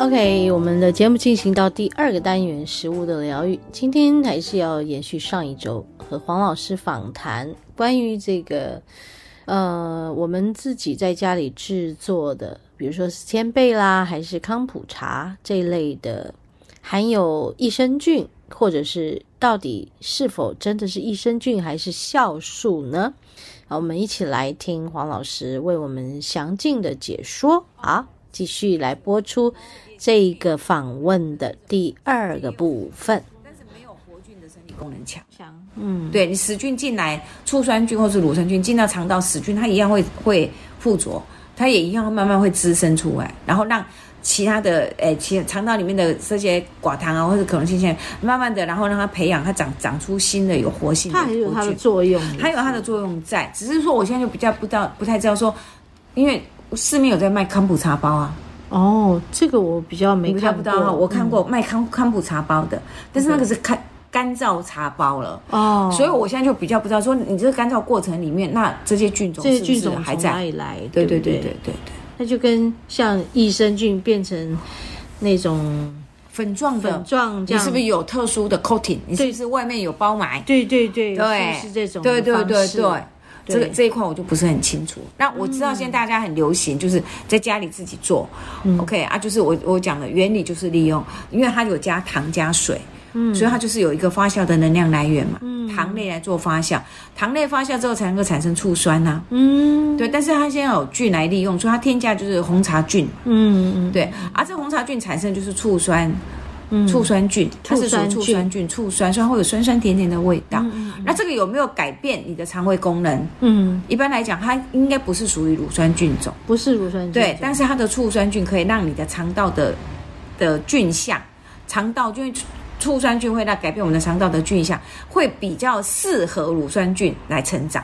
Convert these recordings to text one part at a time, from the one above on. OK，我们的节目进行到第二个单元——食物的疗愈。今天还是要延续上一周和黄老师访谈关于这个，呃，我们自己在家里制作的，比如说是鲜贝啦，还是康普茶这一类的，含有益生菌，或者是到底是否真的是益生菌还是酵素呢？好，我们一起来听黄老师为我们详尽的解说啊。继续来播出这一个访问的第二个部分。但是没有活菌的身体功能强。嗯，对你死菌进来，醋酸菌或是乳酸菌进到肠道，死菌它一样会会附着，它也一样慢慢会滋生出来，然后让其他的诶，其肠道里面的这些寡糖啊，或者可溶性腺，慢慢的，然后让它培养，它长长出新的有活性的它活还菌。有它的作用，它有它的作用在，只是说我现在就比较不知道，不太知道说，因为市面有在卖康普茶包啊，哦，这个我比较没你看不过，到哈，我看嗯过卖康康普茶包的，但是那个是干干燥茶包了。哦，所以我现在就比较不知道说，你这个干燥过程里面，那这些菌种这些是不菌是种还从哪在？里来？对对对对对不对对，那就跟像益生菌变成那种粉状粉的，状这你样，是不是有特殊的 coating？你是对不是外面有包埋？对对对，对，是不是这种对对对对对。，这个对这一块我就不是很清楚。那我知道现在大家很流行，就是在家里自己做。OK 嗯啊，就是我我讲的原理就是利用，因为它有加糖加水，嗯所以它就是有一个发酵的能量来源嘛，糖类来做发酵，糖类发酵之后才能够产生醋酸啊呐、嗯对，但是它现在有菌来利用，所以它添加就是红茶菌，嗯嗯对，而、这红茶菌产生的就是醋酸，嗯醋酸菌，它是属于醋酸菌醋酸菌，醋酸，所以它会有酸酸甜甜的味道。那这个有没有改变你的肠胃功能？嗯，一般来讲，它应该不是属于乳酸菌种，不是乳酸菌，对，但是它的醋酸菌可以让你的肠道的的菌相，肠道因为醋醋酸菌会让改变我们的肠道的菌相，会比较适合乳酸菌来成长。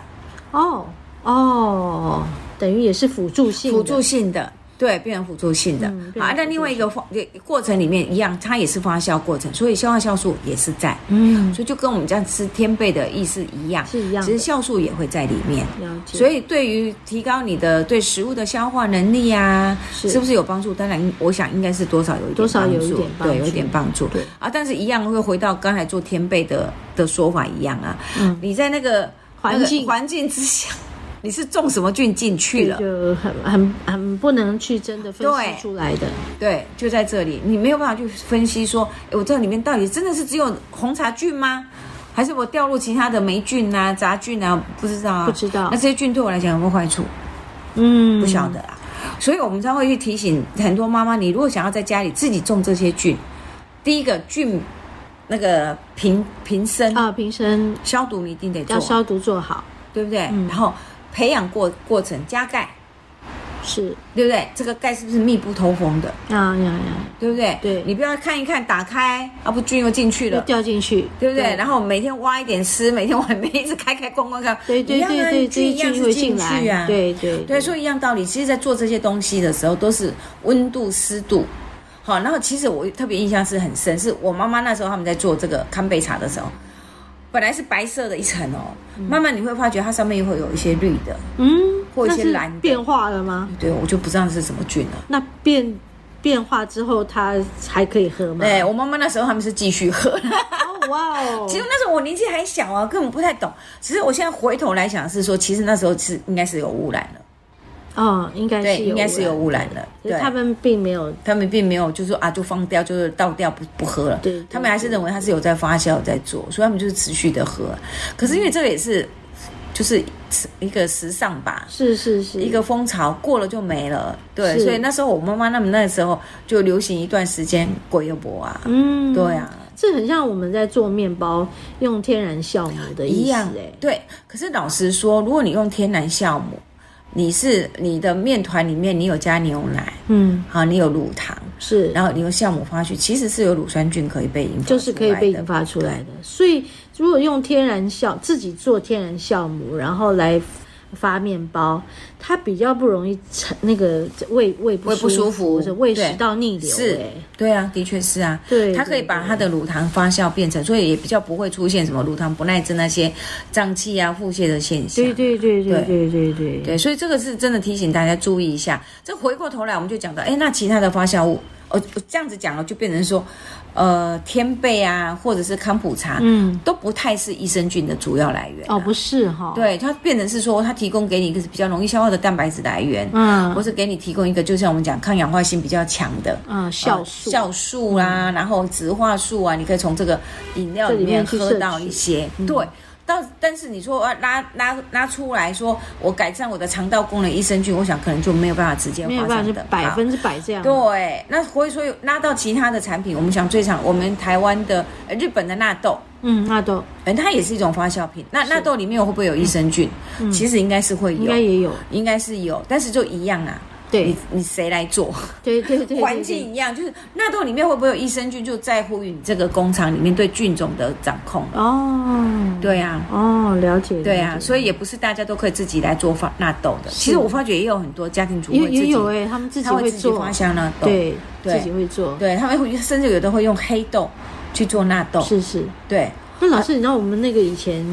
哦哦，等于也是辅助性的辅助性的，对，变成辅助性的。嗯变成好，那另外一个方过程里面一样，它也是发酵过程，所以消化酵素也是在，嗯所以就跟我们这样吃天贝的意思一样，是一样的其实酵素也会在里面。了解，所以，对于提高你的对食物的消化能力啊，是不是有帮助？当然，我想应该是多少有一点多少有一帮助点帮助对，有一点帮助。对啊，但是一样会回到刚才做天贝的的说法一样啊，嗯你在那个环那个境环境之下，你是种什么菌进去了？就很很很不能去真的分对析出来的。对，就在这里，你没有办法去分析说，诶我这里面到底真的是只有红茶菌吗？还是我掉入其他的霉菌啊、杂菌啊？不知道啊，不知道那这些菌对我来讲有没有坏处？嗯，不晓得啦。所以我们才会去提醒很多妈妈，你如果想要在家里自己种这些菌，第一个菌那个瓶瓶身、啊，平生消毒你一定得要做，消毒做好，对不对？嗯然后培养过过程加盖，是对不对？这个盖是不是密不透风的？啊呀呀，对不对？对你不要看一看，打开啊，不菌又进去又了，掉进去，对不对？然后每天挖一点吃，每天挖，每天一直开开关关开，对对一样啊对对，这菌一一样菌是会进进去来，啊，对对对，所以一样道理。其实，在做这些东西的时候，都是温度、湿度。好，然后其实我特别印象是很深，是我妈妈那时候他们在做这个康贝茶的时候，本来是白色的一层哦，慢慢你会发觉它上面会有一些绿的，嗯，或一那些是蓝的变化了吗？对我就不知道是什么菌了。那变变化之后，它还可以喝吗？对我妈妈那时候他们是继续喝，嗯哦哇 哦，其实那时候我年纪还小啊，根本不太懂。其实我现在回头来想是说，其实那时候是应该是有污染了，哦，应该对，是应该是有污污染了。染，可对，是他们并没有他们并没有就说啊就放掉，就是倒掉不不喝了。对对他们还是认为它是有在发酵在做，所以他们就是持续的喝。可是因为这个也是就是一个时尚吧。是是是一个风潮过了就没了，对，是所以那时候我妈妈他们那时候就流行一段时间果油博啊，嗯，对啊，这很像我们在做面包用天然酵母的意一思样哎，对。可是老实说，如果你用天然酵母，你是你的面团里面你有加牛奶，嗯，好，你有乳糖，是，然后你用酵母发去，其实是有乳酸菌可以被引发出来的，就是可以被引发出来的。所以如果用天然酵自己做天然酵母，然后来发面包，它比较不容易成那个胃胃不胃不舒服或者胃对食道逆流、是哎对啊，的确是啊，对它可以对把对它的乳糖发酵变成，所以也比较不会出现什么乳糖不耐症那些胀气啊、腹泻的现象。对对对对对对对对，所以这个是真的提醒大家注意一下。这回过头来，我们就讲到，哎，那其他的发酵物，呃，这样子讲了，就变成说，呃，天贝啊，或者是康普茶，嗯，都不太是益生菌的主要来源、啊哦，不，是哈，，对，它变成是说，它提供给你一个比较容易消化的蛋白质来源，或嗯是给你提供一个，就像我们讲抗氧化性比较强的。呃嗯，酵素，嗯酵素啦、然后植化素啊，你可以从这个饮料里面这里面去喝摄到一取嗯些。对，但但是你说啊拉拉拉出来说，我改善我的肠道功能益生菌，我想可能就没有办法直接没有画办上法是等百号。分之百这样，对，那所以说有拉到其他的产品，我们想最常我们台湾的呃日本的纳豆，嗯，那都嗯，它也是一种发酵品。那纳豆里面会不会有益生菌？其实应该是会有，嗯应该也有，应该是有，但是就一样啊。对你你谁来做？对对对对，环境一样，就是纳豆里面会不会有益生菌，就在乎于你这个工厂里面对菌种的掌控对。哦，对啊，哦，了解，对啊，了解所以也不是大家都可以自己来做发纳豆的。其实我发觉也有很多家庭主妇也会自也己，有哎，他们自己他会会自己做发，酵纳豆，对，对自己会做，对，他们会甚至有的会用黑豆去做纳豆，是是。对，啊那老师，你知道我们那个以前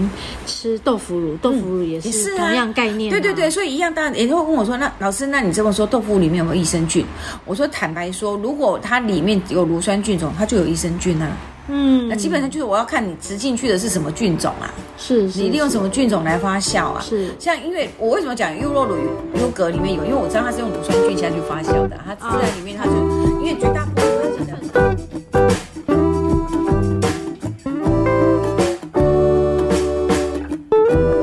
吃豆腐乳，豆腐乳也也嗯是是啊同样概念、对对对，，所以一样，当然也会问我说，那老师，那你这么说，豆腐里面有没有益生菌？我说坦白说，如果它里面有乳酸菌种，它就有益生菌啊。嗯，那基本上就是我要看你植进去的是什么菌种啊，是是，你利用什么？么菌种来发酵啊？是像因为我为什么讲优酪乳优格里面有，因为我知道它是用乳酸菌下去发酵的，它自然里面它就因为绝大部分它是这样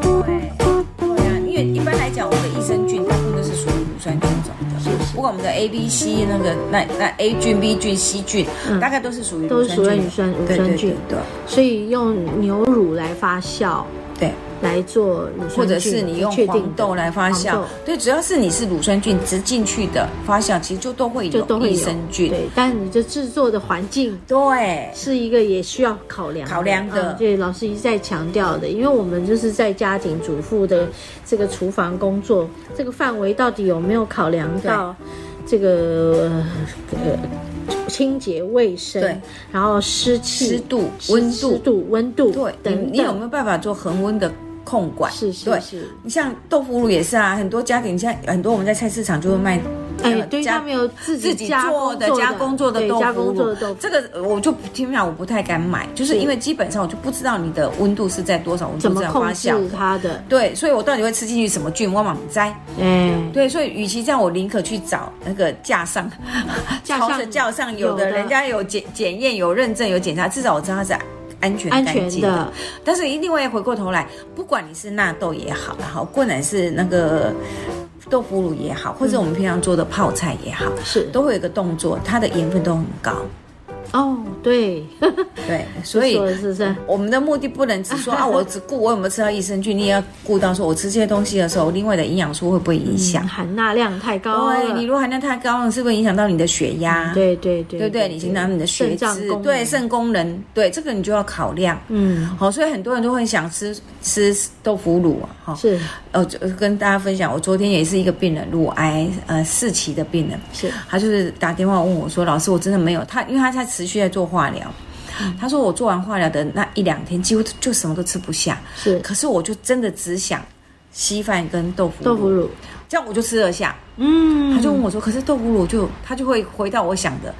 对，对啊，因为一般来讲，我们的益生菌大部分都是属于乳酸菌种的，是是不管我们的 A、B、C 那个那那 A 菌、B 菌、C 菌，大概都是属于嗯都乳是酸属于乳菌，酸乳对酸对菌对，对所以用牛乳来发酵对，来做乳酸菌，或者是你用确定的黄豆来发酵黄豆，对，只要是你是乳酸菌植进去的发酵，其实就都会就都有会益有生菌，对，但你这制作的环境对。是一个也需要考量的考量的嗯对，老师一再强调的，因为我们就是在家庭主妇的这个厨房工作，这个范围到底有没有考量到这个呃清洁卫生对，然后湿气、湿度、湿温湿度，度、温度对，你等你有没等，有办法做恒温的控管？是是对。是，你像豆腐乳也是啊，很多家庭像很多我们在菜市场就会卖，哎，呃对家他们有自自己己做的加工做的对豆加腐工做乳的豆，腐，这个呃我就基本上我不太敢买，就是因为基本上我就不知道你的温度是在多少温怎度么这样控发制酵。它的？对，所以我到底会吃进去什么菌，我满栽。哎，对，所以与其这样，我宁可去找那个架上，架上 超市架上有的有的人家有检检验、有认证、有检查，至少我知道它是安全、安干全净的。但是一定会回过头来，不管你是纳豆也好，然后不管是那个豆腐乳也好，或者我们平常做的泡菜也好，是都会有一个动作，它的盐分都很高。哦，对，对，所以 说的是嗯不是？我们的目的不能只说啊，我只顾我有没有吃到益生菌，你也要顾到说我吃这些东西的时候，另外的营养素会不会影响嗯？含钠量太高了，嗯对，你如果含量太高了，是不是影响到你的血压？对对啊对，对不对？你影响到你的血肾脏脂功，能对，肾功能，对这个你就要考量。嗯好，所以很多人都会想吃吃豆腐乳啊，哈、是呃，就跟大家分享，我昨天也是一个病人，乳癌呃四期的病人，是他就是打电话问我说：“老师，我真的没有他，因为他在持续在做化疗。嗯他说我做完化疗的那一两天，几乎就什么都吃不下，是可是我就真的只想稀饭跟豆腐豆腐乳这样我就吃得下。嗯，他就问我说：“可是豆腐乳就他就会回到我想的，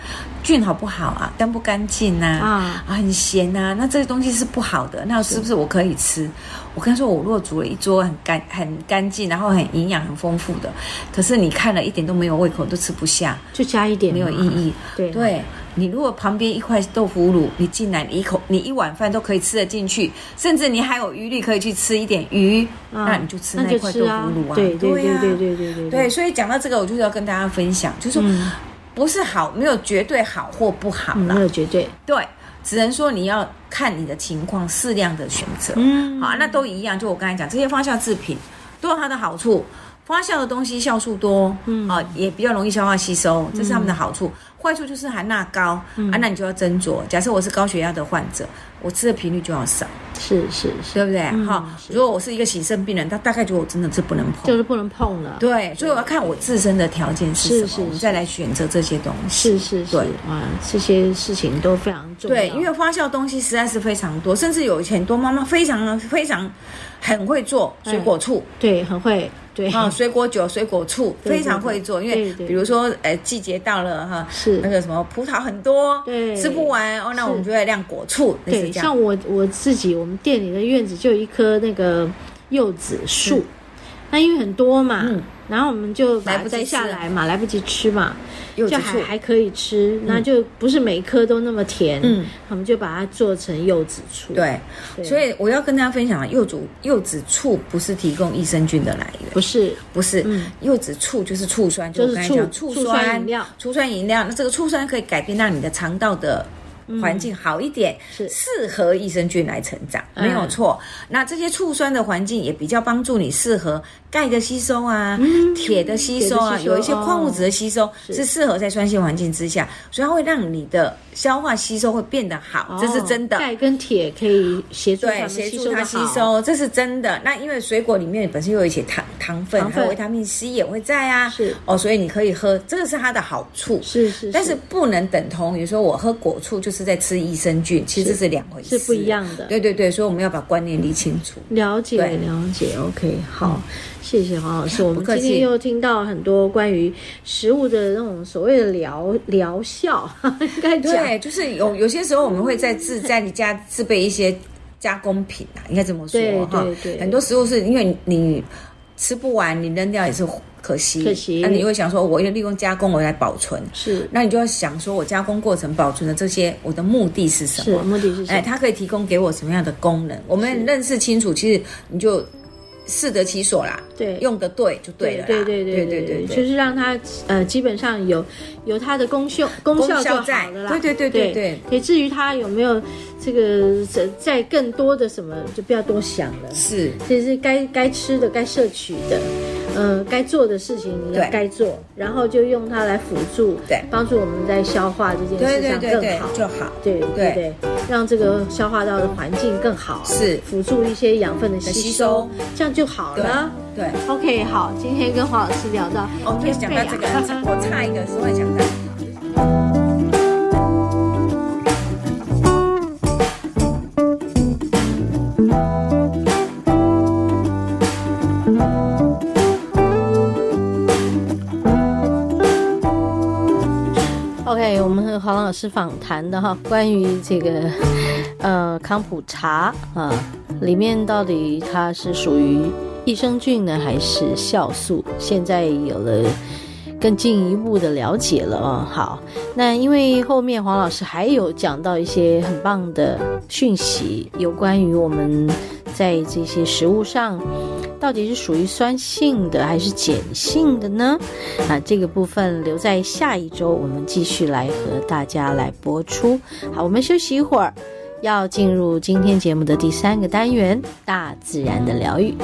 菌好不好啊？干不干净啊？啊啊很咸啊？那这个东西是不好的，那是不是我可以吃？”我跟他说：“我如果煮了一桌很干、很干净，然后很营养、很丰富的，可是你看了一点都没有胃口，都吃不下，就加一点，没有意。义。对啊对你如果旁边一块豆腐乳，你进来你一口，你一碗饭都可以吃得进去，甚至你还有余力可以去吃一点鱼，啊那你就吃那那就块吃豆腐啊乳啊。对对对啊对对对对对，所以讲到这个，我就是要跟大家分享，就是说啊嗯不是好，没有绝对好或不好嗯啦，没有绝对，对，只能说你要看你的情况，适量的选择。嗯好，那都一样。就我刚才讲，这些发酵制品都有它的好处。发酵的东西酵素多，嗯啊，也比较容易消化吸收，这是它们的好处。坏处就是含钠高，嗯啊，那你就要斟酌。假设我是高血压的患者，我吃的频率就要少，是是对是，不对？嗯哈、是如果我是一个洗肾病人，他大概觉得我真的是不能碰，就是不能碰了。，对，所以我要看我自身的条件是什么，是是我们是再来选择这些东西。是是是对，哇，这些事情都非常重要。对，因为发酵东西实在是非常多，甚至有很多妈妈非常非常很会做哎水果醋对很会对啊、水果酒、水果醋哎对对非常会做，因对为对比如说呃季节到了哈，是那个什么葡萄很多，对吃不完哦，那是我们就会酿果醋，类似对，这样。像我我自己，我们店里的院子就有一棵那个柚子树嗯，那因为很多嘛，嗯然后我们就把来它不及摘下吃来嘛，来不及吃嘛，柚就子还醋，还可以吃，那就不是每一颗都那么甜，嗯，我们就把它做成柚子醋，，对，对所以我要跟大家分享，柚子柚子醋不是提供益生菌的来源。不是不是，嗯柚子醋就是醋酸，就是我刚才讲醋醋醋酸酸饮料醋酸饮料。那这个醋酸可以改变让你的肠道的环境好一点，嗯是适合益生菌来成长，嗯没有错。那这些醋酸的环境也比较帮助你适合钙的吸收啊、铁的吸收嗯铁啊，的吸收哦有一些矿物质的吸收、是是适合在酸性环境之下，所以它会让你的消化吸收会变得好，这是真的哦。钙跟铁可以协助它对，们协吸助收它的吸好，收，这是真的。那因为水果里面本身又有一些糖糖分，糖分还有维他命 C 也会在啊，是哦，所以你可以喝，这个是它的好处。是是，但是不能等同于说我喝果醋就是在吃益生菌，其实这是两回事，是不一样的对对对，所以我们要把观念理清楚。了解对嗯了解，OK，好，谢谢黄 老师。我们客今气天又听到很多关于食物的那种所谓的疗疗效， 应该讲对，就是啊有有些时候我们会在自在你家自备一些加工品啊，应该这么说对哈对对很多食物是因为你你吃不完，你扔掉也是可惜，可惜那你会想说，我要利用加工我来保存，是那你就要想说，我加工过程保存的这些，我的目的是什是么？目的是什哎，么？它可以提供给我什么样的功能？我们认识清楚，其实你就适得其所啦，对用的对就对了啦，对对对对对就对。是让它呃基本上有有它的功效功效功就效好了啦。在对对对对对对。至于它有没有这个再再更多的什么，就不要多想了。是，其实该该吃的、该摄取的，呃，该做的事情你要对该做，然后就用它来辅助，对帮助我们在消化这件对事对上对更对好，，就好。对对对对，让这个消化道的环境更好，是辅助一些养分的吸吸收收，这样就好对了。对， OK，好，今天跟黄老师聊到，啊哦，对，讲到这个，我差一个，突然想到。 OK，我们和黄老师访谈的哈，关于这个呃康普茶啊，里面到底它是属于益生菌呢，还是酵素？现在有了更进一步的了解了啊、好，那因为后面黄老师还有讲到一些很棒的讯息，有关于我们在这些食物上到底是属于酸性的还是碱性的呢？啊，这个部分留在下一周，我们继续来和大家来播出。好，我们休息一会儿，要进入今天节目的第三个单元——大自然的疗愈。